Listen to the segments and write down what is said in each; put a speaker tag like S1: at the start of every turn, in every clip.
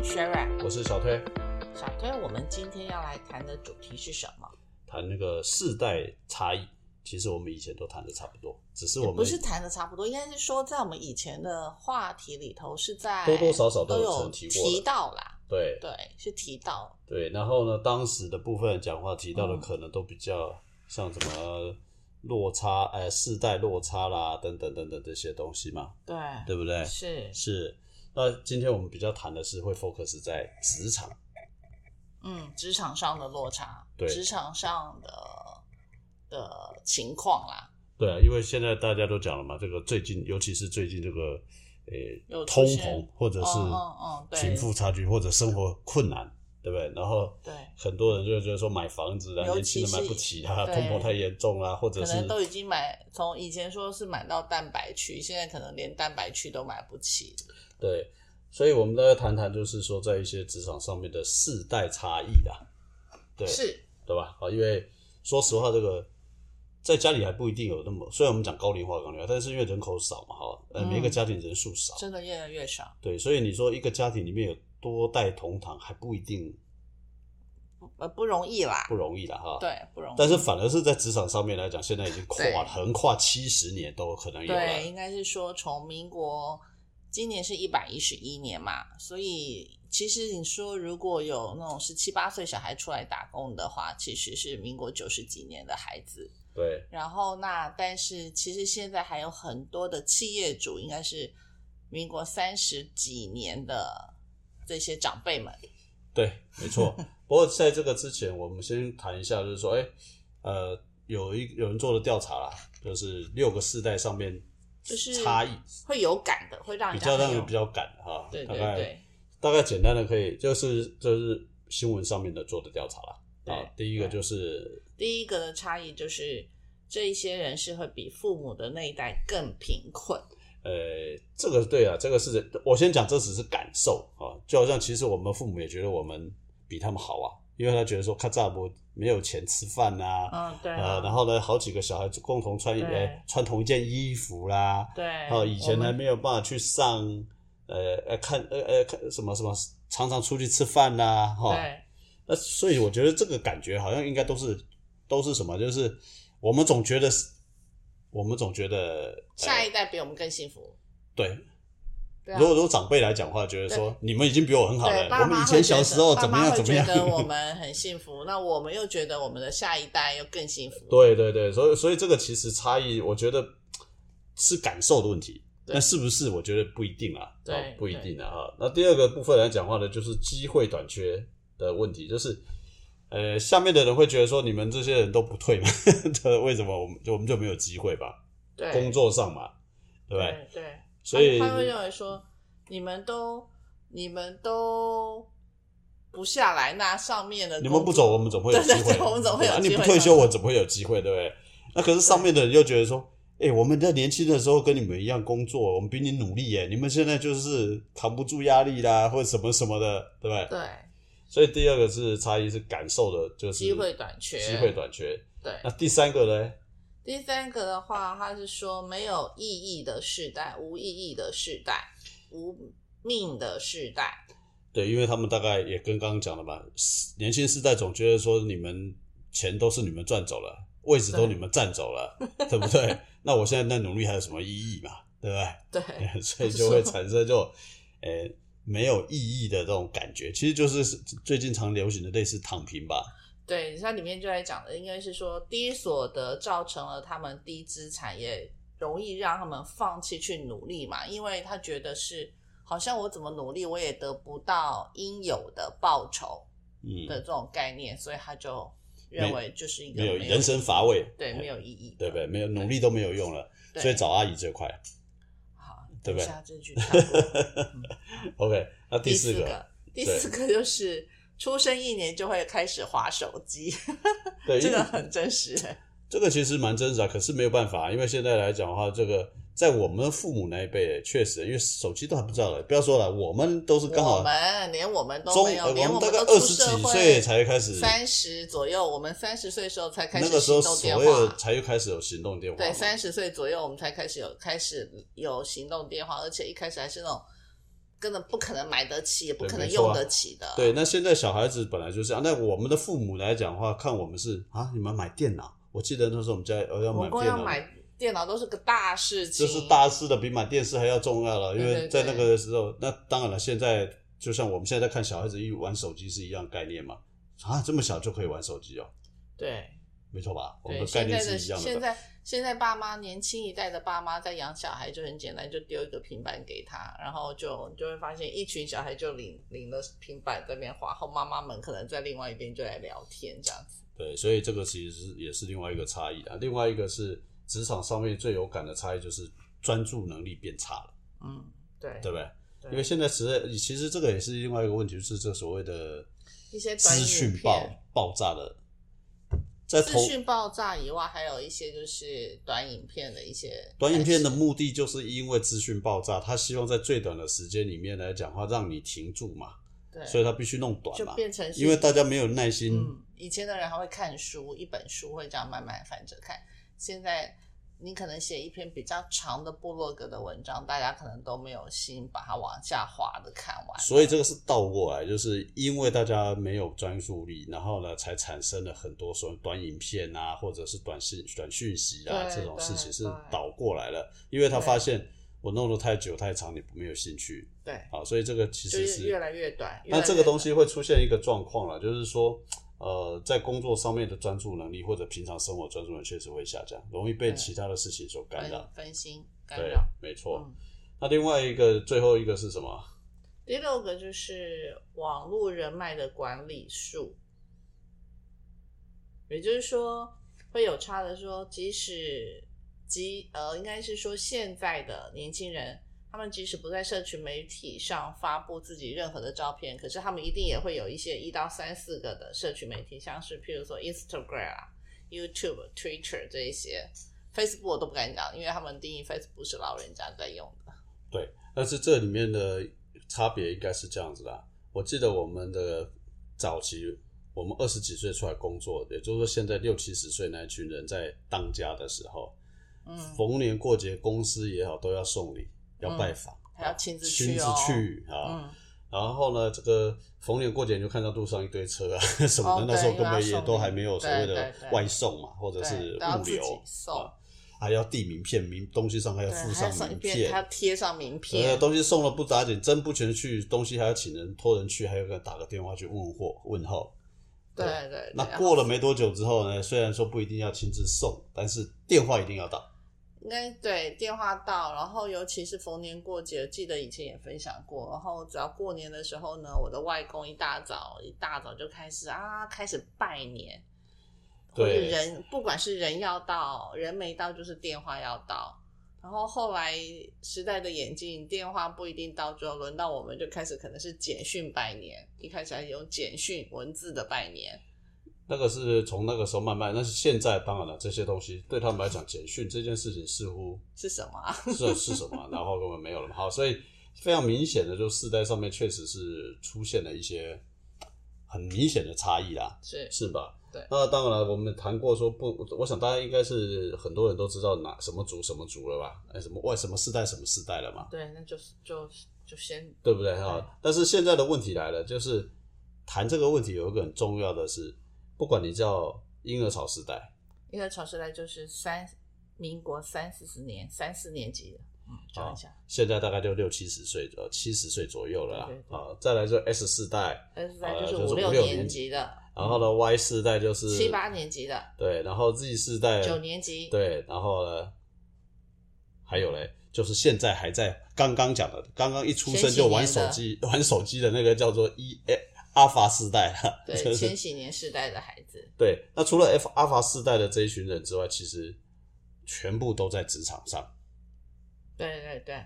S1: 我是小推，
S2: 小推，我们今天要来谈的主题是什么？
S1: 谈那个世代差异，其实我们以前都谈的差不多，只是我
S2: 也
S1: 们
S2: 不是谈的差不多，应该是说在我们以前的话题里头是在
S1: 多多少少都
S2: 都
S1: 有
S2: 有
S1: 曾提过的
S2: 提到啦，
S1: 对
S2: 对，是提到
S1: 对，然后呢，当时的部分讲话提到的
S2: 嗯
S1: 可能都比较像什么落差，呃，世代落差啦，等等等等这些东西嘛，
S2: 对，
S1: 对不对？
S2: 是
S1: 是。那今天我们比较谈的是会 focus 在职场，
S2: 嗯，职场上的落差，
S1: 对
S2: 职场上的的情况啦，
S1: 对啊，因为现在大家都讲了嘛，这个最近，尤其是最近这个，呃
S2: 有，
S1: 通
S2: 出现
S1: 膨或者是
S2: 嗯嗯嗯对
S1: 贫富差距或者生活困难，对不对？然后
S2: 对，
S1: 很多人就觉得说买房子啊，
S2: 尤
S1: 年
S2: 其
S1: 轻人买不起啊，
S2: 是
S1: 通
S2: 对
S1: 膨太严重啦、或者
S2: 可
S1: 是
S2: 能都已经买，从以前说是买到蛋白区，现在可能连蛋白区都买不起，
S1: 对，所以我们都要谈谈，就是说在一些职场上面的世代差异啦，对，
S2: 是
S1: 对吧？啊，因为说实话，这个在家里还不一定有那么，虽然我们讲高龄化、高龄化，但是因为人口少嘛，哈，呃，
S2: 嗯
S1: 每个家庭人数少，
S2: 真的越来越少，
S1: 对，所以你说一个家庭里面有多代同堂还不一定
S2: 呃，不容易啦
S1: 不，容易啦，哈，。
S2: 对，不容易，
S1: 但是反而是在职场上面来讲，现在已经跨
S2: 对
S1: 横跨七十年都可能有了，
S2: 对，应该是说从民国今年是一百一十一年嘛，所以其实你说如果有那种十七八岁小孩出来打工的话，其实是民国九十几年的孩子。
S1: 对
S2: 然后那但是其实现在还有很多的企业主应该是民国三十几年的这些长辈们，
S1: 对，没错。不过在这个之前，我们先谈一下，就是说，哎、呃，有一有人做了调查啦，就是六个世代上面
S2: 就是
S1: 差异
S2: 会有感的，会让
S1: 比
S2: 人
S1: 较
S2: 家
S1: 让
S2: 很有
S1: 人比较感哈，
S2: 对
S1: 大
S2: 对
S1: 概
S2: 对
S1: 大概简单的可以，就是就是新闻上面的做的调查啦。啊，
S2: 对
S1: 第一个
S2: 对
S1: 就是
S2: 第一个的差异就是，这一些人是会比父母的那一代更贫困。
S1: 呃，这个对啊，这个是我先讲，这只是感受啊，就好像其实我们父母也觉得我们比他们好啊，因为他觉得说卡扎不没有钱吃饭啊，
S2: 嗯，对啊、
S1: 呃，然后呢，好几个小孩共同穿
S2: 对
S1: 呃穿同一件衣服啦，
S2: 对，
S1: 哦，以前
S2: 我
S1: 还
S2: 们
S1: 没有办法去上呃呃看呃呃看什么什么，常常出去吃饭啦，哈、
S2: 对
S1: 那所以我觉得这个感觉好像应该都是都是什么，就是我们总觉得是我们总觉得呃
S2: 下一代比我们更幸福。
S1: 对，
S2: 对啊
S1: 如果如果长辈来讲话，觉得说你们已经比我很好了
S2: 对，，爸
S1: 我
S2: 妈
S1: 们以
S2: 会
S1: 前小
S2: 觉
S1: 时
S2: 得
S1: 候
S2: 爸
S1: 怎么
S2: 妈
S1: 样
S2: 会
S1: 怎么样，
S2: 觉得我们很幸福，那我们又觉得我们的下一代又更幸福。
S1: 对对对，所以所以这个其实差异，我觉得是感受的问题。
S2: 对
S1: 那是不是？我觉得不一定啦，
S2: 对
S1: 哦不一定啊。哈那第二个部分来讲话呢，就是机会短缺的问题，就是呃，下面的人会觉得说，你们这些人都不退嘛， 对为什么我们我们就没有机会吧？
S2: 对
S1: 工作上嘛，对不对？
S2: 对对，
S1: 所以
S2: 他他会认为说，你们都你们都不下来，那上面的
S1: 你们不
S2: 工
S1: 走，
S2: 作
S1: 我们总会有机会，
S2: 对对对我们总会有
S1: 对吧啊
S2: 机会
S1: 你不退休，我怎么会有机会？对不对？那可是上面的人又觉得说，哎、我们在年轻的时候跟你们一样工作，我们比你努力耶，你们现在就是扛不住压力啦，或者什么什么的，对不对？
S2: 对
S1: 所以第二个是差异是感受的，就是
S2: 机会短缺，
S1: 嗯机会短缺。
S2: 对。
S1: 那第三个呢？
S2: 第三个的话，他是说没有意义的世代，无意义的世代，无命的世代，
S1: 对，因为他们大概也跟刚刚讲的吧，年轻世代总觉得说你们钱都是你们赚走了，位置都
S2: 对
S1: 你们占走了，对不对？ 那我现在在努力还有什么意义嘛？对不对？
S2: 对
S1: 所以就会产生就，呃，没有意义的这种感觉。其实就是最近常流行的类似躺平吧，
S2: 对，它里面就在讲的应该是说低所得造成了他们低资产，也容易让他们放弃去努力嘛，因为他觉得是好像我怎么努力我也得不到应有的报酬
S1: 嗯，
S2: 的这种概念，所以他就认为就是一个
S1: 没有
S2: 没
S1: 人生乏味，
S2: 对没
S1: 有，
S2: 有意义，
S1: 对不对？没有努力都没有用了，
S2: 对
S1: 所以找阿姨最快。
S2: 好，
S1: 对不对
S2: 等一下这句跳过嗯
S1: OK，那第
S2: 第
S1: 四
S2: 四
S1: 个，
S2: 个，第四个就是出生一年就会开始划手机，
S1: 对，
S2: 这
S1: 因为
S2: 个很真 实。
S1: 这个其实蛮真实啊，可是没有办法、因为现在来讲的话，这个在我们父母那一辈，确实，因为手机都还不知道了，不要说了，我们都是刚
S2: 我
S1: 好
S2: 们连我们都
S1: 中，
S2: 没
S1: 呃
S2: 有，
S1: 我
S2: 连
S1: 们大概
S2: 都
S1: 二
S2: 出
S1: 十
S2: 社
S1: 几岁
S2: 会
S1: 才开始，
S2: 三十左右，我们三十岁的时候才开
S1: 那
S2: 始
S1: 个时候
S2: 行动
S1: 所
S2: 电
S1: 谓的啊
S2: 话。
S1: 才又开始有行动电话嘛，
S2: 对，三十岁左右我们才开始有开始有行动电话，而且一开始还是那种根本不可能买得起，也不
S1: 对
S2: 可能
S1: 没错啊
S2: 用得起的。
S1: 对，那现在小孩子本来就是这样。那我们的父母来讲的话，看我们是啊，你们买电脑。我记得那时候我们家呃要
S2: 我
S1: 买
S2: 们光
S1: 电
S2: 要
S1: 脑，
S2: 买电脑都是个大事情，
S1: 这是大事的，比买电视还要重要了。因
S2: 对
S1: 为
S2: 对
S1: 在那个时候，那当然了，现在就像我们现在在看小孩子一玩手机是一样概念嘛。啊，这么小就可以玩手机哦，
S2: 对。
S1: 没错吧？我们
S2: 对，
S1: 的概
S2: 现
S1: 念
S2: 在
S1: 是
S2: 的
S1: 一样
S2: 现
S1: 的。
S2: 在现在爸妈年轻一代的爸妈在养小孩就很简单，就丢一个平板给他，然后就就会发现一群小孩就领领了平板在那边滑，然后妈妈们可能在另外一边就来聊天这样子。
S1: 对，所以这个其实是也是另外一个差异啊。另外一个是职场上面最有感的差异就是专注能力变差了，
S2: 嗯，对，
S1: 对不对？
S2: 对
S1: 因为现在实在其实这个也是另外一个问题，就是这所谓的
S2: 一些短
S1: 资
S2: 影
S1: 讯
S2: 片
S1: 爆爆炸的，在
S2: 资
S1: 投
S2: 讯爆炸以外，还有一些就是短影片的一些
S1: 短影片的目的就是因为资讯爆炸，他希望在最短的时间里面来讲话，让你停住嘛，
S2: 对，
S1: 所以他必须弄短
S2: 就
S1: 嘛，
S2: 变成是
S1: 因为大家没有耐心。
S2: 嗯，以前的人还会看书，一本书会这样慢慢翻着看。现在你可能写一篇比较长的部落格的文章，大家可能都没有心把它往下滑的看完。
S1: 所以这个是倒过来，就是因为大家没有专注力，然后呢，才产生了很多说短影片啊，或者是短信、短讯息啊
S2: 对
S1: 这种事情
S2: 对
S1: 是
S2: 对
S1: 倒过来了，因为他
S2: 对
S1: 发现我弄得太久太长，你没有兴趣
S2: 对，
S1: 啊，所以这个其
S2: 就
S1: 实
S2: 是
S1: 是
S2: 越来越短。越来
S1: 那
S2: 越
S1: 这个东
S2: 短
S1: 西会出现一个状况了，就是说，呃，在工作上面的专注能力或者平常生活专注能力确实会下降，容易被
S2: 对
S1: 其他的事情所干扰
S2: 分。分心干
S1: 对
S2: 扰。，
S1: 没错。
S2: 嗯
S1: 那另外一个，最后一个是什么？
S2: 第六个就是网络人脉的管理术，也就是说会有差的说，即使即呃，应该是说现在的年轻人，他们即使不在社群媒体上发布自己任何的照片，可是他们一定也会有一些一到三四个的社群媒体，像是譬如说 Instagram 啊、YouTube、Twitter 这一些，Facebook 我都不敢讲，因为他们定义 Facebook 是老人家在用的。
S1: 但是这里面的差别应该是这样子啦。我记得我们的早期，我们二十几岁出来工作，也就是说现在六七十岁那一群人在当家的时候，
S2: 嗯，
S1: 逢年过节公司也好都要送礼，要
S2: 嗯
S1: 拜访，
S2: 还要亲自
S1: 亲
S2: 去
S1: 自
S2: 哦
S1: 去啊。
S2: 嗯。
S1: 然后呢，这个逢年过节你就看到路上一堆车啊 什么的，
S2: 哦
S1: 那时候
S2: 对
S1: 根本
S2: 又
S1: 也
S2: 要
S1: 都
S2: 送
S1: 还没有所谓
S2: 对
S1: 的
S2: 对对
S1: 外送嘛，或者
S2: 对，
S1: 是
S2: 都要
S1: 物
S2: 自己
S1: 流，
S2: 送，
S1: 还要递名片，名东西上还要
S2: 对，
S1: 附
S2: 还要
S1: 上
S2: 送一
S1: 名
S2: 遍，
S1: 片
S2: 还要。贴上名
S1: 呃，
S2: 片，
S1: 东西送了不打紧，真不全去，东西还要请人托人去，还有个打个电话去问货问候。
S2: 对对对。啊
S1: 那
S2: 然后
S1: 过了没多久之后呢，虽然说不一定要亲自送，但是电话一定要打。
S2: 应该对电话到，然后尤其是逢年过节，记得以前也分享过。然后只要过年的时候呢，我的外公一大早一大早就开始啊，开始拜年，或者
S1: 对
S2: 人不管是人要到，人没到就是电话要到。然后后来时代的演进，电话不一定到，之后轮到我们就开始可能是简讯拜年，一开始还有简讯文字的拜年，
S1: 那个是从那个时候慢慢，但是现在当然了，这些东西对他们来讲，简讯这件事情似乎
S2: 是什么、啊？
S1: 这是什么，然后根本没有了嘛。好，所以非常明显的，就世代上面确实是出现了一些很明显的差异啦，
S2: 是
S1: 是吧？
S2: 对
S1: 那当然了，我们谈过说不，我想大家应该是很多人都知道哪什么族什么族了吧？哎，什么外什么世代什么世代了嘛，
S2: 对，那就是就就先
S1: 对不对哈
S2: 对？
S1: 但是现在的问题来了，就是谈这个问题有一个很重要的是，不管你叫婴儿潮时代。
S2: 因为潮时代就是三民国三四十年三四年级的，嗯，讲一下
S1: 现在大概就六七十岁，呃，七十岁左右了啦
S2: 对对。对
S1: 啊，再来就 S 世代，
S2: 三四代
S1: 呃
S2: 就是
S1: 就是
S2: 五
S1: 五
S2: 六
S1: 六
S2: 年
S1: 年
S2: 级的，
S1: 然后呢，Y 世代就是
S2: 嗯七八年级的，
S1: 对，然后 Z 世代
S2: 九年级
S1: 对，然后呢，还有嘞，就是现在还在刚刚讲的，刚刚一出生就玩手机玩手机的那个叫做 E 哎阿法世代了，就
S2: 对
S1: 是
S2: 千禧年世代的孩子，
S1: 对。那除了 F 阿法世代的这一群人之外，其实全部都在职场上，
S2: 对对对对。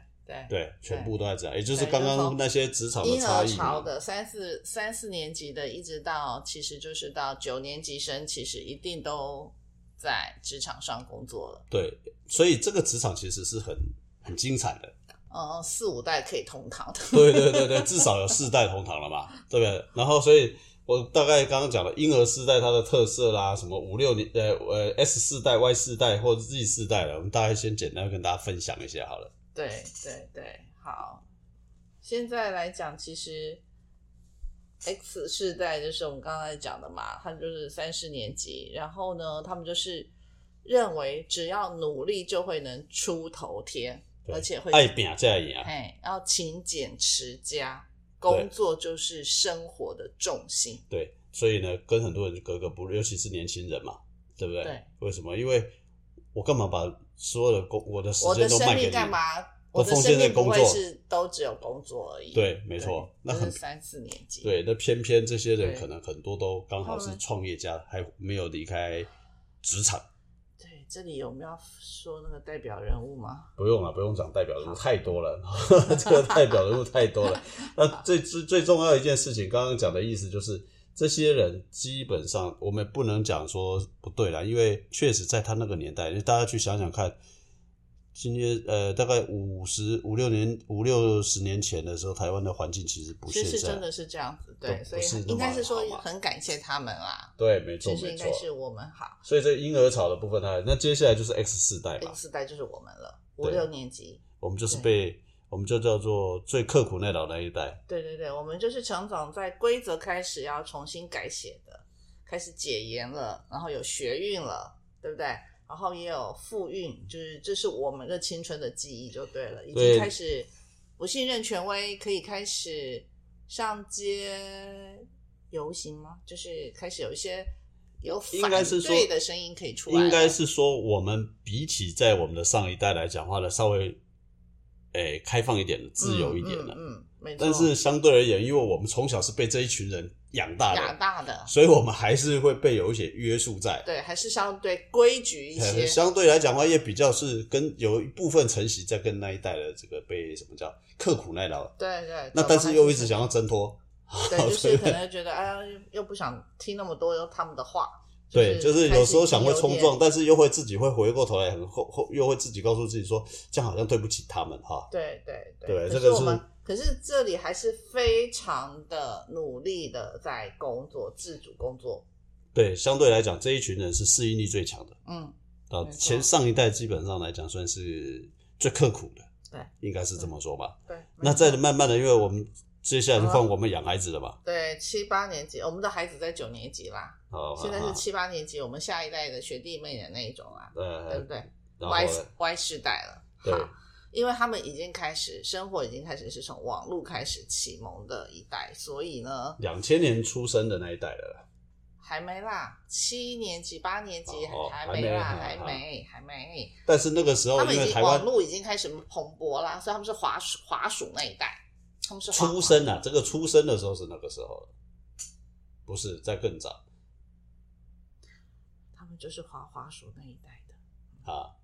S1: 对，全部都在职场，也就是
S2: 对
S1: 刚
S2: 就是
S1: 刚
S2: 从
S1: 那些职场的
S2: 婴
S1: 差
S2: 儿
S1: 异
S2: 潮
S1: 嘛。
S2: 的三四三四年级的，一直到其实就是到九年级生，其实一定都在职场上工作了。
S1: 对，所以这个职场其实是很很精彩的。
S2: 嗯，四五代可以同堂的。
S1: 对对对对，至少有四代同堂了嘛，对不对？然后所以。我大概刚刚讲了婴儿世代它的特色啦，什么五六年呃呃 S 世代、Y 世代或者 Z 世代了，我们大概先简单跟大家分享一下好了。
S2: 对对对，好，现在来讲，其实 X 世代就是我们刚才讲的嘛，他们就是三四年级，然后呢，他们就是认为只要努力就会能出头天，
S1: 对
S2: 而且会
S1: 爱拼才会赢。啊
S2: 嘿，然后勤俭持家，工作就是生活的重心。
S1: 对，所以呢，跟很多人就格格不入，尤其是年轻人嘛，对不对？
S2: 对
S1: 为什么？因为我干嘛把所有的工我的时
S2: 我
S1: 间
S2: 的
S1: 都
S2: 生
S1: 卖给
S2: 命
S1: 你？
S2: 干嘛？
S1: 我
S2: 我
S1: 奉
S2: 的
S1: 献
S2: 生
S1: 在
S2: 命
S1: 工
S2: 不
S1: 作
S2: 会是都只有工作而已。
S1: 对，没错。那
S2: 就是
S1: 很
S2: 三四年级。
S1: 对，那偏偏这些人
S2: 对
S1: 可能很多都刚好是
S2: 嗯
S1: 创业家，还没有离开职场。
S2: 对，这里有没有要说那个代表人物吗？
S1: 不用了，不用讲代表人物太多了， 这个代表人物太多 了。那最最最重要的一件事情，刚刚讲的意思就是，这些人基本上我们不能讲说不对啦，因为确实在他那个年代，因为大家去想想看，今天呃大概五十五六年五六十年前的时候，台湾的环境其实不
S2: 其
S1: 现
S2: 实
S1: 在，
S2: 真的是这样子，
S1: 都
S2: 对，
S1: 不
S2: 所以
S1: 是那么
S2: 应该是说
S1: 好嘛
S2: 很感谢他们啦。
S1: 对，没错
S2: 其实
S1: 没
S2: 应
S1: 错
S2: 该。是我们好
S1: 所以这婴儿潮的部分它，那接下来就是 X 世代嘛
S2: ，X，世代就是我们了，五
S1: 对
S2: 六年级。
S1: 我们就是被我们就叫做最刻苦耐劳那一代。
S2: 对对对，我们就是成长在规则开始要重新改写的，开始解严了，然后有学运了，对不对？然后也有复运，就是这是我们的青春的记忆就对了，已
S1: 对
S2: 经开始不信任权威，可以开始上街游行吗？就是开始有一些有
S1: 应
S2: 反
S1: 该是说
S2: 对的声音可以出来了，啊
S1: 应该是说，我们比起在我们的上一代来讲话呢，稍微诶、开放一点的、自由一点
S2: 嗯，
S1: 的。
S2: 嗯嗯没错，
S1: 但是相对而言，因为我们从小是被这一群人养大
S2: 养
S1: 的，
S2: 大的，
S1: 所以我们还是会被有一些约束在。
S2: 对，还是相对规矩一些
S1: 呃，相对来讲话，也比较是跟有一部分承袭在跟那一代的这个被什么叫刻苦耐劳，
S2: 对对，
S1: 那
S2: 怎么还
S1: 但是又一直
S2: 是
S1: 想要挣脱，
S2: 对，
S1: 好
S2: 就
S1: 所以
S2: 是可能觉得哎呀，又又不想听那么多他们的话。
S1: 对，就是
S2: 开
S1: 有
S2: 始
S1: 时候想会
S2: 有
S1: 冲
S2: 点
S1: 撞，，但是又会自己会回过头来很后后，又会自己告诉自己说，这样好像对不起他们哈。
S2: 对对
S1: 对
S2: 可
S1: 这个
S2: 我
S1: 是
S2: 们可是这里还是非常的努力的在工作，自主工作。
S1: 对，相对来讲，这一群人是适应力最强的。
S2: 嗯，
S1: 啊
S2: 没，错
S1: 前上一代基本上来讲算是最刻苦的，
S2: 对，
S1: 应该是这么说吧。
S2: 对。
S1: 那
S2: 没
S1: 再
S2: 错
S1: 慢慢的，因为我们接下来就
S2: 好
S1: 换
S2: 啊
S1: 我们养孩子了嘛，
S2: 对七八年级，我们的孩子在九年级啦，
S1: 好，
S2: 现在
S1: 啊
S2: 是
S1: 啊
S2: 七八年级，我们下一代的学弟妹的那一种啦，对
S1: 呃
S2: 不，对
S1: 然后
S2: ？Y
S1: 呢
S2: Y 世代了，
S1: 对
S2: 好因为他们已经开始生活，已经开始是从网络开始启蒙的一代，所以呢，
S1: 两千年出生的那一代了，
S2: 还没啦，七年级、八年级
S1: 哦
S2: 还
S1: 还
S2: 没
S1: 没
S2: 啦
S1: 啊，
S2: 还
S1: 啊
S2: 没，还没。
S1: 但是那个时候
S2: 他们
S1: 因
S2: 已
S1: 为
S2: 经
S1: 台
S2: 网
S1: 湾
S2: 络已经开始蓬勃啦，所以他们是华属华属那一代，他们是华
S1: 出生啊，这个出生的时候是那个时候，不是在更早
S2: 他们就是华华属那一代的。
S1: 啊。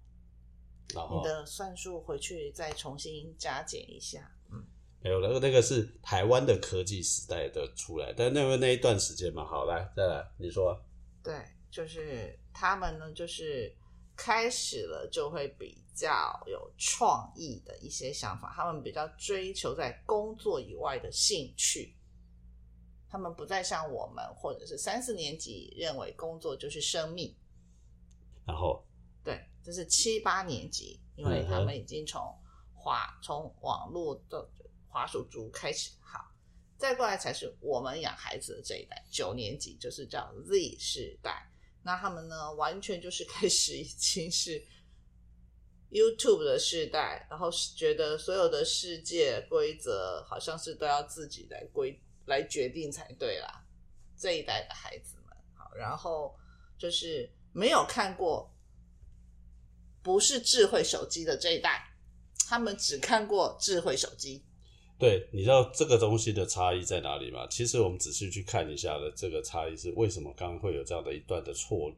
S1: 然
S2: 你
S1: 后
S2: 的算术回去再重新加减一下，嗯，
S1: 没有那个那个是台湾的科技时代的出来，但那个那一段时间嘛，好来再来，你说啊
S2: 对，就是他们呢，就是开始了就会比较有创意的一些想法，他们比较追求在工作以外的兴趣。他们不再像我们或者是三四年级认为工作就是生命，
S1: 然后
S2: 对，这是七八年级，因为他们已经从华从网络的华属族开始，好，再过来才是我们养孩子的这一代，九年级就是叫 Z 世代。那他们呢，完全就是开始已经是 YouTube 的世代，然后是觉得所有的世界规则好像是都要自己来规来决定才对啦。这一代的孩子们，好，然后就是没有看过不是智慧手机的这一代，他们只看过智慧手机。
S1: 对，你知道这个东西的差异在哪里吗？其实我们仔细去看一下的这个差异是为什么刚刚会有这样的一段的错，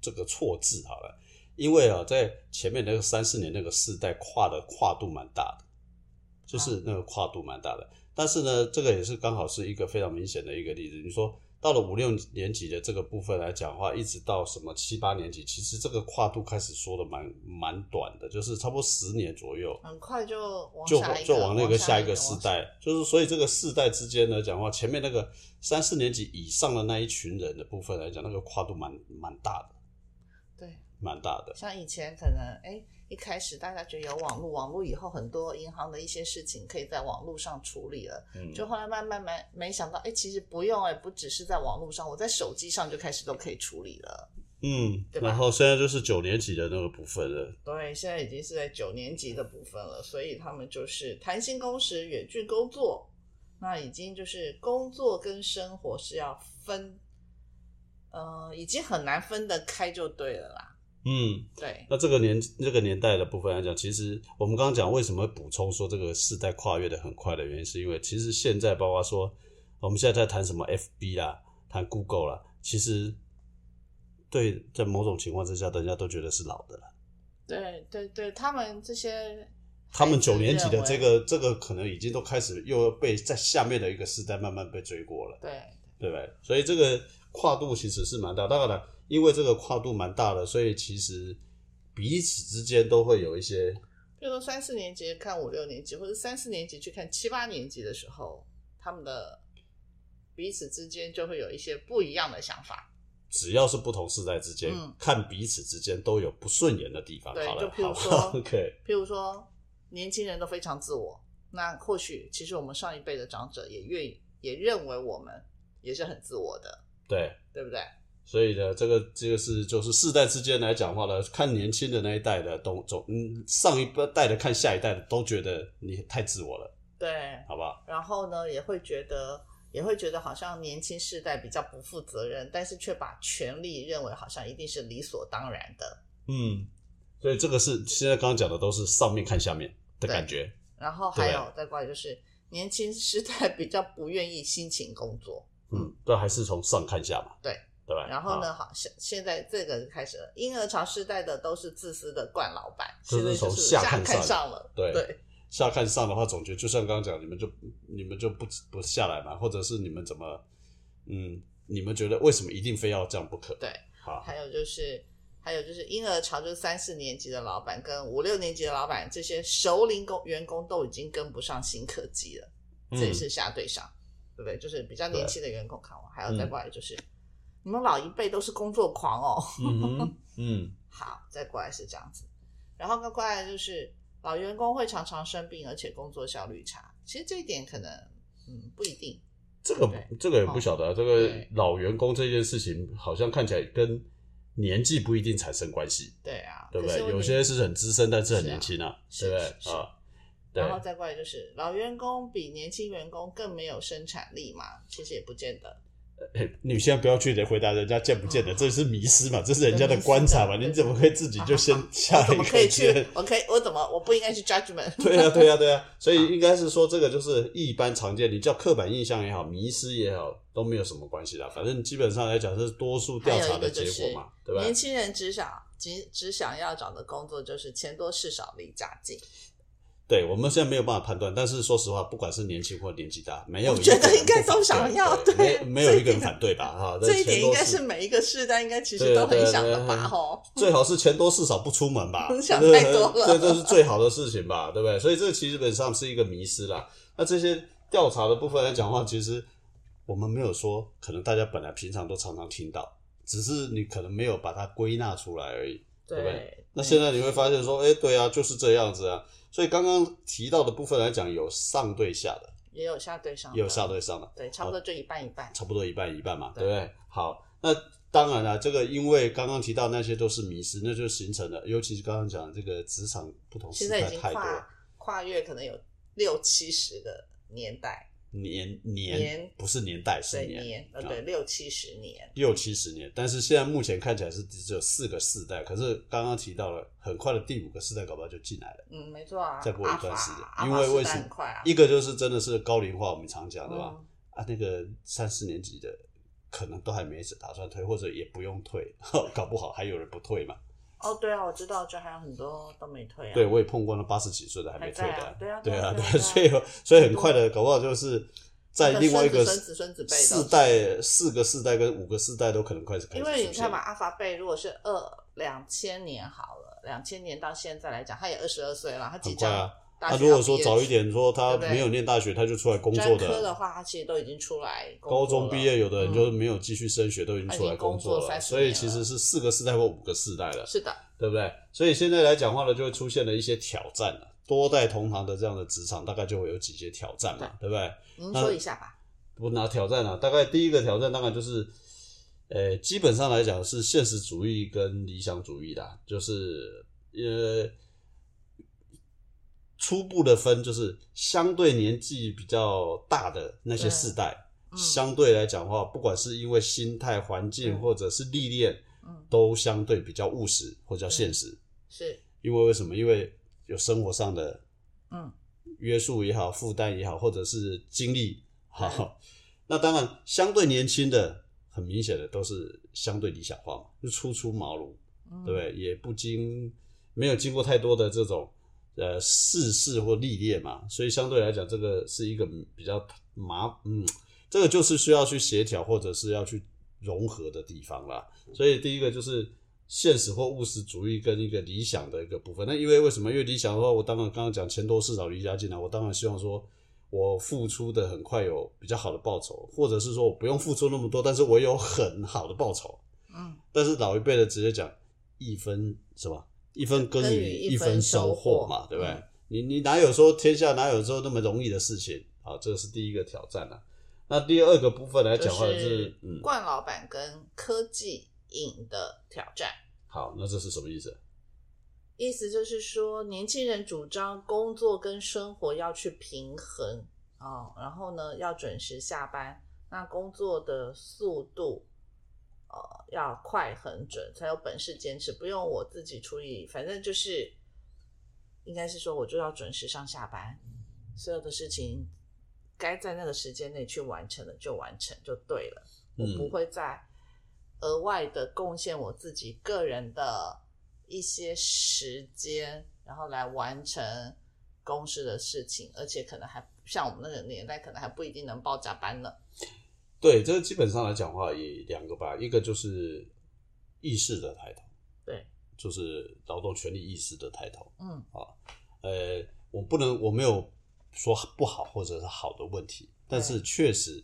S1: 这个错字好了，因为啊，在前面那个三四年那个世代跨的跨度蛮大的，就是那个跨度蛮大的。但是呢，这个也是刚好是一个非常明显的一个例子。你说到了五六年级的这个部分来讲的话，一直到什么七八年级，其实这个跨度开始说的蛮蛮短的，就是差不多十年左右。
S2: 很快就往
S1: 就
S2: 下一个
S1: 就往那个
S2: 下
S1: 下一个世，代，就是所以这个世代之间呢，讲话前面那个三四年级以上的那一群人的部分来讲，那个跨度蛮蛮大的。
S2: 对，
S1: 蛮大的。
S2: 像以前可能哎，一开始大家觉得有网络，网络以后很多银行的一些事情可以在网络上处理了，
S1: 嗯，
S2: 就后来慢慢慢没想到，哎，其实不用哎，不只是在网络上，我在手机上就开始都可以处理了。
S1: 嗯，
S2: 对吧
S1: 然后现在就是九年级的那个部分了。
S2: 对，现在已经是在九年级的部分了，所以他们就是弹性工时、远距工作，那已经就是工作跟生活是要分，呃，已经很难分得开就对了啦。
S1: 嗯，
S2: 对，
S1: 那这个年这个年代的部分来讲，其实我们刚刚讲为什么会补充说这个世代跨越的很快的原因，是因为其实现在包括说我们现在在谈什么 FB 啦，谈 Google 啦，其实对在某种情况之下，人家都觉得是老的了。
S2: 对对对，他们这些
S1: 他们
S2: 孩子
S1: 九年级的
S2: 认为
S1: 这个这个可能已经都开始又被在下面的一个世代慢慢被追过了。
S2: 对
S1: 对不对？所以这个跨度其实是蛮大。当然了，因为这个跨度蛮大的，所以其实彼此之间都会有一些，
S2: 比如说三四年级看五六年级，或者三四年级去看七八年级的时候，他们的彼此之间就会有一些不一样的想法。
S1: 只要是不同世代之间，
S2: 嗯
S1: 看彼此之间都有不顺眼的地方。
S2: 对
S1: 好
S2: 就
S1: 了，
S2: 譬如
S1: 好
S2: 说
S1: 了，OK，
S2: 譬如说，年轻人都非常自我，那或许其实我们上一辈的长者也愿意也认为我们也是很自我的，
S1: 对。
S2: 对不对？
S1: 所以呢，这个这个是就是世代之间来讲话呢，看年轻的那一代的都总嗯上一代的看下一代的都觉得你太自我了，
S2: 对，
S1: 好不好？
S2: 然后呢，也会觉得也会觉得好像年轻世代比较不负责任，但是却把权利认为好像一定是理所当然的。
S1: 嗯，所以这个是现在刚刚讲的都是上面看下面的
S2: 对
S1: 感觉，
S2: 然后还
S1: 对
S2: 有再过来就是年轻时代比较不愿意辛勤工 作，
S1: 嗯，这还是从上看下嘛，
S2: 对
S1: 对吧？啊
S2: 然后呢，好现现在这个开始了，婴儿潮时代的都是自私的惯老板，
S1: 这
S2: 现
S1: 是
S2: 在
S1: 从
S2: 就
S1: 下
S2: 下
S1: 看上
S2: 上了，
S1: 对
S2: 对
S1: 下看上的话，总觉得就像刚刚讲，你们就你们就不不下来嘛，或者是你们怎么，嗯，你们觉得为什么一定非要这样不可？啊
S2: 对，
S1: 好，
S2: 还有就是还有就是婴儿潮，就是三四年级的老板跟五六年级的老板，这些熟龄工员工都已经跟不上新科技了，
S1: 嗯
S2: 这也是下对上，对不对？就是比较年轻的员工看我，还有再过来就是、你们老一辈都是工作狂哦，
S1: 嗯哼，嗯
S2: 好，再过来是这样子，然后过来就是老员工会常常生病，而且工作效率差。其实这一点可能，嗯，不一定。
S1: 这个
S2: 对哦
S1: 这个也不晓得啊，这个
S2: 对
S1: 老员工这件事情好像看起来跟年纪不一定产生关系，
S2: 对啊，
S1: 对不
S2: 可
S1: 对？
S2: 是问
S1: 有
S2: 题
S1: 些是很资深，但是很
S2: 是啊
S1: 年轻啊，
S2: 是
S1: 对不
S2: 是是
S1: 对啊？对
S2: 然，后再过来就是老员工比年轻员工更没有生产力嘛，其实也不见 得。
S1: 嘿你现在不要去回答人家见不见的，这是迷失嘛，这是人家的观察嘛，
S2: 对
S1: 你怎么会自己就先下
S2: 我怎
S1: 了 一
S2: 么
S1: 个
S2: 可以去
S1: 结？
S2: 我可以，我怎么我不应该去 judgment？
S1: 对呀、对呀、啊对呀、所以应该是说这个就是一般常见，你叫刻板印象也好，迷失也好，都没有什么关系啦。反正基本上来讲，这是多数调查的结果嘛，对吧
S2: 年？轻人只想只只想要找的工作就是钱多事少离家近。
S1: 对，我们现在没有办法判断，但是说实话，不管是年轻或年纪大，没有
S2: 我
S1: 一个
S2: 觉
S1: 人
S2: 得应该
S1: 不反
S2: 都想要
S1: 对，
S2: 对
S1: 没没有一个人反对吧？哈，
S2: 这一点应该
S1: 钱多事
S2: 是每一个世代应该其
S1: 对
S2: 实都
S1: 对
S2: 很想的
S1: 对
S2: 吧？吼，
S1: 最好是钱多事少不出门吧，
S2: 嗯 想太多了
S1: 这这是最好的事情吧，对不对？所以这个基本上是一个迷失啦。那这些调查的部分来讲的话，其实我们没有说，可能大家本来平常都常常听到，只是你可能没有把它归纳出来而已。 对不对那现在你会发现说，哎，对啊，就是这样子啊。所以刚刚提到的部分来讲，有上对下的，
S2: 嗯也有下对上，
S1: 也有下，对嗯上的。
S2: 对，差不多就一半一半。
S1: 差不多一半一半嘛，对
S2: 对
S1: 不对？好，那当然了，这个因为刚刚提到那些都是迷失，那就形成了，尤其是刚刚讲的这个职场不同时
S2: 现在
S1: 代
S2: 已经
S1: 太多
S2: 跨跨越可能有六七十个年代，
S1: 年年
S2: 年
S1: 不是年代是
S2: 对年呃对
S1: 啊
S2: 六七十年，
S1: 六七十年，但是现在目前看起来是只有四个世代，可是刚刚提到了，很快的第五个世代搞不好就进来了。
S2: 嗯，没错啊。
S1: 再过一段时间
S2: 阿法
S1: 因
S2: 阿
S1: 为
S2: 法
S1: 为
S2: 时代
S1: 什
S2: 很快啊，
S1: 一个就是真的是高龄化，我们常讲的吧，
S2: 嗯
S1: 啊，那个三四年级的可能都还没打算退，或者也不用退， 搞不好还有人不退嘛。
S2: 哦，对啊，我知道，就还有很多都没退啊。
S1: 对，我也碰过那八十几岁的还没
S2: 还
S1: 退
S2: 在
S1: 的
S2: 啊
S1: 啊，
S2: 对啊，
S1: 对啊，
S2: 对
S1: 对，所以所以很快的，搞不好就是在
S2: 那
S1: 另外一个
S2: 孙子孙子孙子辈都
S1: 世
S2: 是
S1: 代、四个世代跟五个世代都可能开始开始
S2: 因为
S1: 出
S2: 你
S1: 现啊
S2: 看嘛，，阿法贝如果是二两千年好了，两千年到现在来讲，他也二十二岁了，他即
S1: 很快
S2: 将、
S1: 啊
S2: 大
S1: 他
S2: 学
S1: 如果
S2: 要
S1: 说
S2: 毕业
S1: 早一
S2: 去
S1: 点说他
S2: 对不对
S1: 没有念大学，他就出来工
S2: 专
S1: 作
S2: 科的
S1: 的。
S2: 话，他其实都已经出来工
S1: 高
S2: 作
S1: 中
S2: 了
S1: 毕业，有的
S2: 嗯
S1: 人就是没有继续升学，都已经
S2: 他已
S1: 出来
S2: 经工
S1: 作
S2: 作
S1: 了，
S2: 30
S1: 所以
S2: 年
S1: 其
S2: 了
S1: 实是四个世代或五个世代了，
S2: 是的，
S1: 对不对？所以现在来讲话呢，就会出现了一些挑战了。多代同堂的这样的职场，大概就会有几些挑战嘛，对不对？
S2: 您
S1: 那
S2: 说一下吧。
S1: 不拿挑战啊，大概第一个挑战当然就是，呃，基本上来讲是现实主义跟理想主义啦，就是呃，初步的分就是相对年纪比较大的那些世代，
S2: 嗯
S1: 相对来讲的话，不管是因为心态、环境
S2: 嗯
S1: 或者是历练，
S2: 嗯，
S1: 都相对比较务实或叫现实。
S2: 是，
S1: 因为为什么？因为有生活上的
S2: 嗯
S1: 约束也好，负担也好，或者是精力好。 那当然，相对年轻的，很明显的都是相对理想化嘛，就初出茅庐，
S2: 嗯，
S1: 对不对？也不经没有经过太多的这种呃世事或历练嘛，所以相对来讲，这个是一个比较麻，嗯，这个就是需要去协调或者是要去融合的地方啦。所以第一个就是现实或务实主义跟一个理想的一个部分。那因为为什么？因为理想的话，我当然刚刚讲钱多事少离家近啊，我当然希望说。我付出的很快有比较好的报酬，或者是说我不用付出那么多，但是我有很好的报酬。
S2: 嗯，
S1: 但是老一辈的直接讲一分什么一分耕
S2: 耕
S1: 耘
S2: 耘一分
S1: 分
S2: 收
S1: 获
S2: 获
S1: 嘛，对不对？
S2: 嗯
S1: 你你哪有说天下哪有说那么容易的事情啊？这是第一个挑战啊。那第二个部分来
S2: 就
S1: 讲话
S2: 是
S1: 嗯，
S2: 冠老板跟科技影的挑战。
S1: 好，那这是什么意思？
S2: 意思就是说，年轻人主张工作跟生活要去平衡哦，然后呢要准时下班，那工作的速度呃要快很准，才有本事坚持，不用我自己处理，反正就是应该是说我就要准时上下班，所有的事情该在那个时间内去完成的就完成就对了。我不
S1: 嗯，
S2: 会再额外的贡献我自己个人的一些时间，然后来完成公司的事情，而且可能还像我们那个年代，可能还不一定能报加班呢。
S1: 对，这基本上来讲话也两个吧，一个就是意识的抬头，
S2: 对，
S1: 就是劳动权利意识的抬头。
S2: 嗯
S1: 呃，我不能，我没有说不好或者是好的问题，但是确实，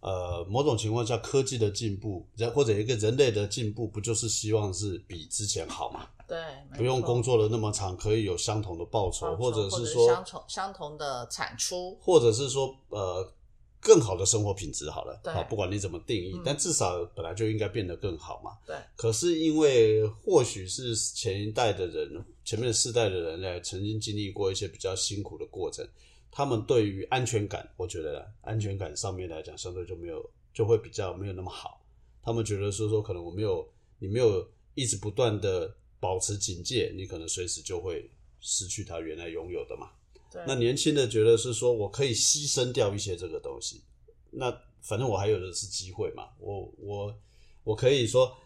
S1: 呃，某种情况下，科技的进步，人或者一个人类的进步，不就是希望是比之前好嘛？
S2: 对，没
S1: 不用
S2: 错
S1: 工作了那么长，可以有相同的报酬，
S2: 报酬
S1: 或
S2: 或
S1: 者是
S2: 相
S1: 说，
S2: 同相同的产出，
S1: 或者是说，呃。更好的生活品质好了，
S2: 对
S1: 啊，不管你怎么定义，
S2: 嗯
S1: 但至少本来就应该变得更好嘛。
S2: 对，
S1: 可是因为或许是前一代的人，前面世代的人呢，曾经经历过一些比较辛苦的过程，他们对于安全感，我觉得啦安全感上面来讲，相对就没有，就会比较没有那么好。他们觉得是说，可能我没有，你没有一直不断的保持警戒，你可能随时就会失去他原来拥有的嘛。
S2: 对，
S1: 那年轻的觉得是说我可以牺牲掉一些这个东西，那反正我还有的是机会嘛，我我我可以说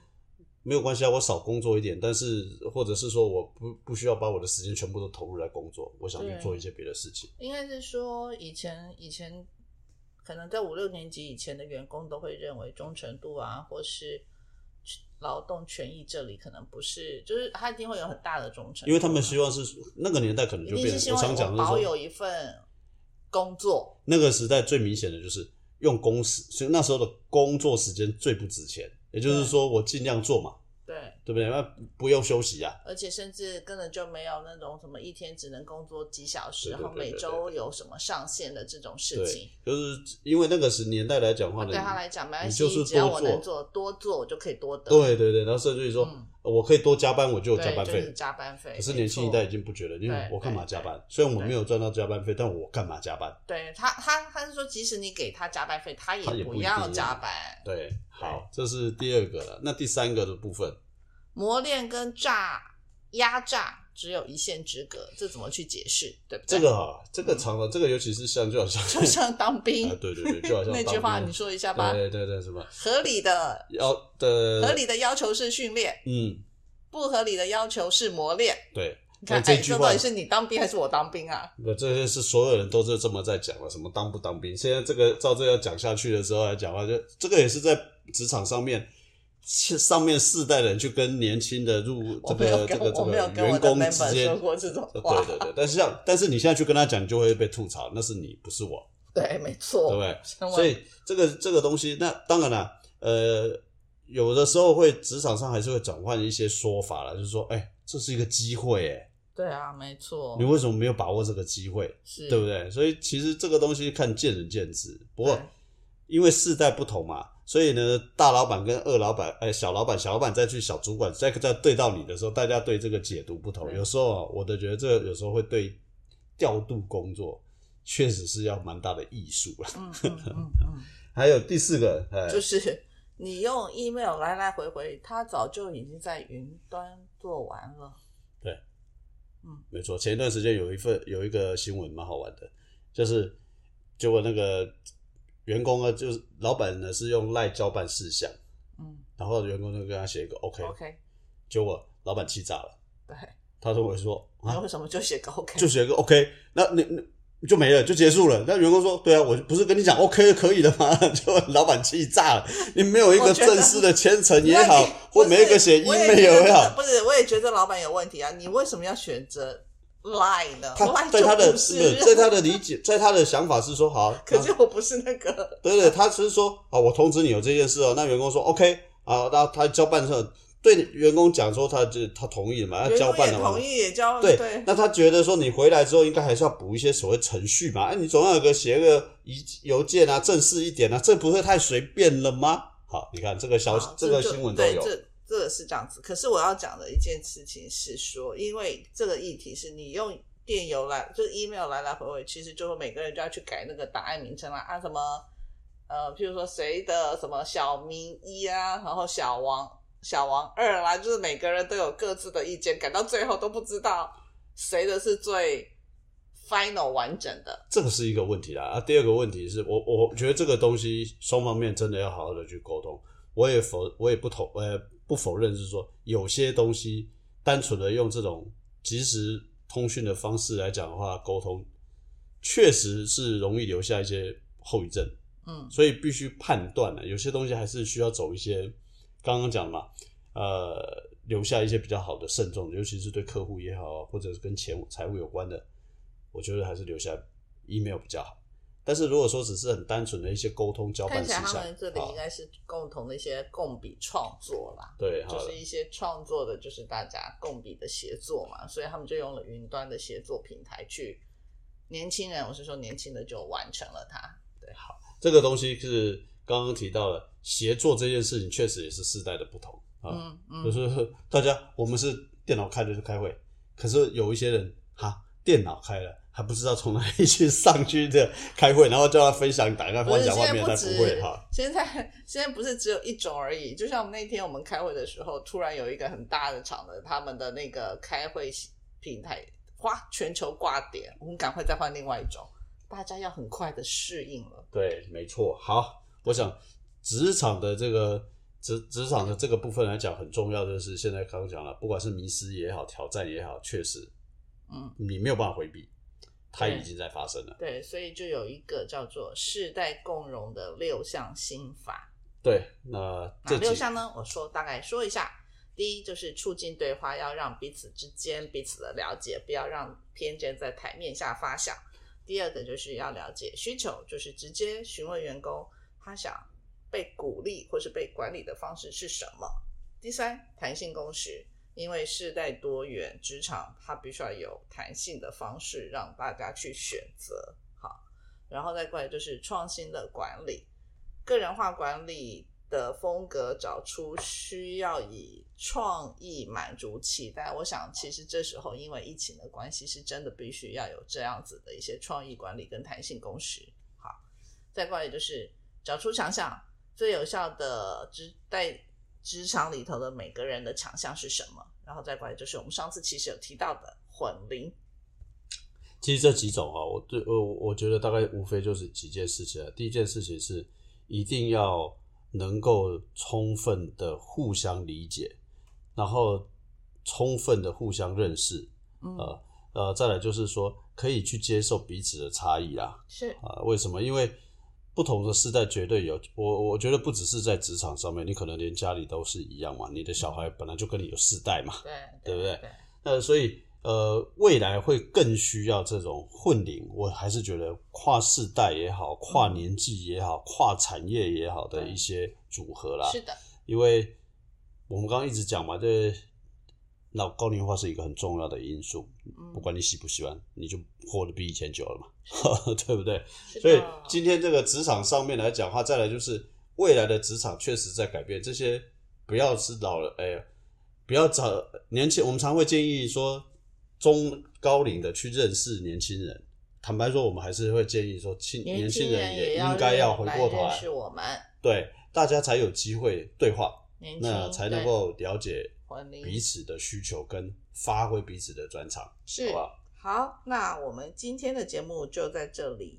S1: 没有关系啊，我少工作一点，但是或者是说我不不需要把我的时间全部都投入来工作，我想去
S2: 对
S1: 做一些别的事情。
S2: 应该是说以前以前可能在五六年级以前的员工都会认为忠诚度啊，或是劳动权益这里可能不是，就是他一定会有很大的忠诚度啊，
S1: 因为他们希望是那个年代可能
S2: 一
S1: 就
S2: 定
S1: 变
S2: 是希
S1: 成，
S2: 望
S1: 常讲
S2: 我
S1: 就是
S2: 保
S1: 说
S2: 有一份工作，
S1: 那个时代最明显的就是用工时，所以那时候的工作时间最不值钱，也就是
S2: 对
S1: 说我尽量做嘛，
S2: 对，
S1: 对不对？那不用休息啊，
S2: 而且甚至根本就没有那种什么一天只能工作几小时，
S1: 对对
S2: 然后
S1: 对对
S2: 每周有什么上限的这种事情
S1: 对。，就是因为那个时年代来讲的话呢，
S2: 对他来讲，没关
S1: 你
S2: 系
S1: 就是，多
S2: 只要我
S1: 做
S2: 能做多做，我就可以多得。
S1: 对对对，然后甚至于说、
S2: 嗯
S1: 我可以多加班，我就有
S2: 对，
S1: 加班
S2: 就是
S1: 费。
S2: 加班费。
S1: 可是
S2: 没
S1: 年轻一
S2: 错
S1: 代已经不觉得，因为
S2: 对
S1: 我干嘛
S2: 对
S1: 加
S2: 对
S1: 班？虽然我
S2: 对
S1: 没有赚到加班费，但我干嘛加班？
S2: 对他，他他是说，即使你给他加班费，他也
S1: 他也不
S2: 不
S1: 一定
S2: 要
S1: 要
S2: 加班。
S1: 对，好，这是第二个了。那第三个的部分，
S2: 磨练跟炸压榨只有一线之隔，这怎么去解释？对不对？
S1: 这个啊，这个常常，这个尤其是像就好像
S2: 就 像当兵
S1: 啊，，对对对，就好像
S2: 那句
S1: 当
S2: 话
S1: 兵
S2: 你说一下吧。
S1: 对对对，什么
S2: 合理的
S1: 要的
S2: 合理的要求是训练，
S1: 嗯，
S2: 不合理的要求是磨练。
S1: 对，
S2: 你看，
S1: 那这
S2: 哎，
S1: 句
S2: 这
S1: 话
S2: 到底是你当兵还是我当兵啊？
S1: 那这些是所有人都是这么在讲了，什么当不当兵？现在这个照这样讲下去的时候来讲的话，就这个也是在职场上面上面世代的人去跟年轻的入
S2: 我
S1: 这
S2: 没有
S1: 个
S2: 跟
S1: 这个这
S2: 我
S1: 个
S2: 没有跟我
S1: 员
S2: 的
S1: 工
S2: member
S1: 直接，
S2: 说
S1: 对
S2: 过这种话，
S1: 对对。但是像但是你现在去跟他讲，你就会被吐槽，那是你不是我，
S2: 对，没错，
S1: 对不对？
S2: 千万
S1: 所以这个这个东西，那当然了，呃，有的时候会职场上还是会转换一些说法了，就是说，哎、这是一个机会、哎，
S2: 对啊，没错
S1: 你，为什么没有把握这个机会？
S2: 是
S1: 对不？对？所以其实这个东西看见仁见智，不过
S2: 对
S1: 因为世代不同嘛，所以呢，大老板跟二老板，哎，小老板、小老板再去小主管，再再对到你的时候，大家对这个解读不同。
S2: 对
S1: 有时候啊我的觉得这有时候会对调度工作确实是要蛮大的艺术 了。
S2: 嗯嗯嗯嗯，
S1: 还有第四个，哎，
S2: 就是你用 email 来来回回，它早就已经在云端做完了。
S1: 没错，前一段时间有一份有一个新闻蛮好玩的，就是结果那个员工呢，就是老板呢是用赖交办事项，
S2: 嗯
S1: 然后员工就跟他写一个 OK，,
S2: ，OK，
S1: 结果老板气炸了，
S2: 对，
S1: 他认为说
S2: 那
S1: 啊，
S2: 为什么就写个 OK？
S1: 就写一个 OK，那你你就没了，就结束了。那员工说，对啊，我不是跟你讲 OK 可以的吗？ 就老板气炸了，你没有一个
S2: 我觉得
S1: 正式的签程也
S2: 那
S1: 好
S2: 你，不
S1: 或
S2: 是
S1: 没有一个写
S2: 我也
S1: email
S2: 觉得
S1: 也 好，
S2: 不是，我也觉得老板有问题啊！你为什么要选择 Line 呢
S1: 他
S2: ？Line
S1: 在他
S2: 就
S1: 的
S2: 不是
S1: 不是在他的理解，在他的想法是说好，
S2: 可
S1: 啊
S2: 是我不是那个，
S1: 对对，他只是说啊，我通知你有这件事哦。那员工说 OK 啊，那他交办上对员工讲说他就他同意了嘛，他
S2: 员
S1: 交
S2: 工
S1: 办
S2: 也
S1: 了嘛
S2: 同。意也交
S1: 对
S2: 对，
S1: 那他觉得说你回来之后应该还是要补一些所谓程序嘛，哎，你总要有个写个邮邮件啊，正式一点啊，这不会太随便了吗？好，你看这个消息
S2: 好，
S1: 这个新闻都
S2: 对
S1: 有，
S2: 啊这这个是这样子。可是我要讲的一件事情是说，因为这个议题是你用电邮来，就是 email 来来回回，其实就是每个人就要去改那个档案名称啦，啊什么呃，譬如说谁的什么小明一啊，然后小王小王二啦，就是每个人都有各自的意见，改到最后都不知道谁的是最 final 完整的。
S1: 这个是一个问题啦。啊，第二个问题是我我觉得这个东西双方面真的要好好的去沟通。我也否我也不同呃不否认是说有些东西单纯的用这种即时通讯的方式来讲的话，沟通确实是容易留下一些后遗症。
S2: 嗯，
S1: 所以必须判断啊了，有些东西还是需要走一些，刚刚讲嘛，呃，留下一些比较好的慎重，尤其是对客户也好，啊或者是跟钱财务有关的，我觉得还是留下 email 比较好。但是如果说只是很单纯的一些沟通交办
S2: 看
S1: 事
S2: 起来
S1: 项，啊
S2: 他们这里
S1: 好
S2: 应该是共同的一些共笔创作啦。
S1: 对，好
S2: 就是
S1: 了，
S2: 一些创作的，就是大家共笔的协作嘛，所以他们就用了云端的协作平台去，年轻人，我是说年轻的就完成了它。
S1: 这个东西是刚刚提到了协作这件事情，确实也是世代的不同啊。
S2: 嗯嗯，
S1: 就是大家我们是电脑开着就开会，可是有一些人哈，电脑开了还不知道从哪里去上去的开会，然后叫他分享打开
S2: 不
S1: 分
S2: 是
S1: 享
S2: 现
S1: 外
S2: 在
S1: 面才
S2: 不
S1: 不会
S2: 止
S1: 哈。，
S2: 现在 现在不是只有一种而已。就像我们那天我们开会的时候，突然有一个很大的厂的，他们的那个开会平台哇，全球挂点，我们赶快再换另外一种，大家要很快的适应了。
S1: 对，没错。好，我想职场的这个职职场的这个部分来讲很重要，就是现在刚刚讲了，不管是迷失也好，挑战也好，确实
S2: 嗯，
S1: 你没有办法回避，它
S2: 对
S1: 已经在发生了。
S2: 对，所以就有一个叫做世代共荣的六项心法。
S1: 对，那
S2: 哪
S1: 这
S2: 六
S1: 几
S2: 项呢？我说大概说一下。第一就是促进对话，要让彼此之间彼此的了解，不要让偏见在台面下发酵。第二个就是要了解需求，就是直接询问员工他想被鼓励或是被管理的方式是什么。第三，弹性工时，因为世代多元，职场它必须要有弹性的方式让大家去选择。好，然后再过来就是创新的管理，个人化管理的风格，找出需要以创意满足期待。我想，其实这时候因为疫情的关系，是真的必须要有这样子的一些创意管理跟弹性共识。好，再过来就是找出强项，最有效的职在职场里头的每个人的强项是什么，然后再过来就是我们上次其实有提到的混龄。
S1: 其实这几种啊，我对我我我觉得大概无非就是几件事情啊。第一件事情是一定要能够充分的互相理解，然后充分的互相认识，呃
S2: 嗯，
S1: 呃，再来就是说可以去接受彼此的差异啦。
S2: 是
S1: 啊、为什么？因为不同的世代绝对有，我我觉得不只是在职场上面，你可能连家里都是一样嘛。你的小孩本来就跟你有世代嘛，
S2: 对
S1: 对不对
S2: 对？
S1: 那所以呃，未来会更需要这种混龄。我还是觉得跨世代也
S2: 嗯
S1: 好，跨年纪也好，跨产业也好的一些组合啦。
S2: 是的，
S1: 因为我们刚刚一直讲嘛，这老高龄化是一个很重要的因素，
S2: 嗯
S1: 不管你喜不喜欢，你就活得比以前久了嘛， 对不对？
S2: 是的
S1: 所以今天这个职场上面来讲的话，再来就是未来的职场确实在改变，这些不要是老了，哎呀，不要找年轻，我们常会建议说中高龄的去认识年轻人。坦白说，我们还是会建议说，青年
S2: 年
S1: 轻人
S2: 也
S1: 应该要回过头啊
S2: 来认
S1: 来，
S2: 识我们，
S1: 对大家才有机会对话，
S2: 年轻
S1: 那才能够了解
S2: 混龄
S1: 彼此的需求跟发挥彼此的专长，
S2: 是
S1: 好不好？
S2: 好，那我们今天的节目就在这里，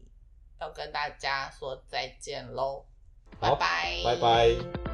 S2: 要跟大家说再见喽，
S1: 好
S2: 拜，
S1: 拜拜。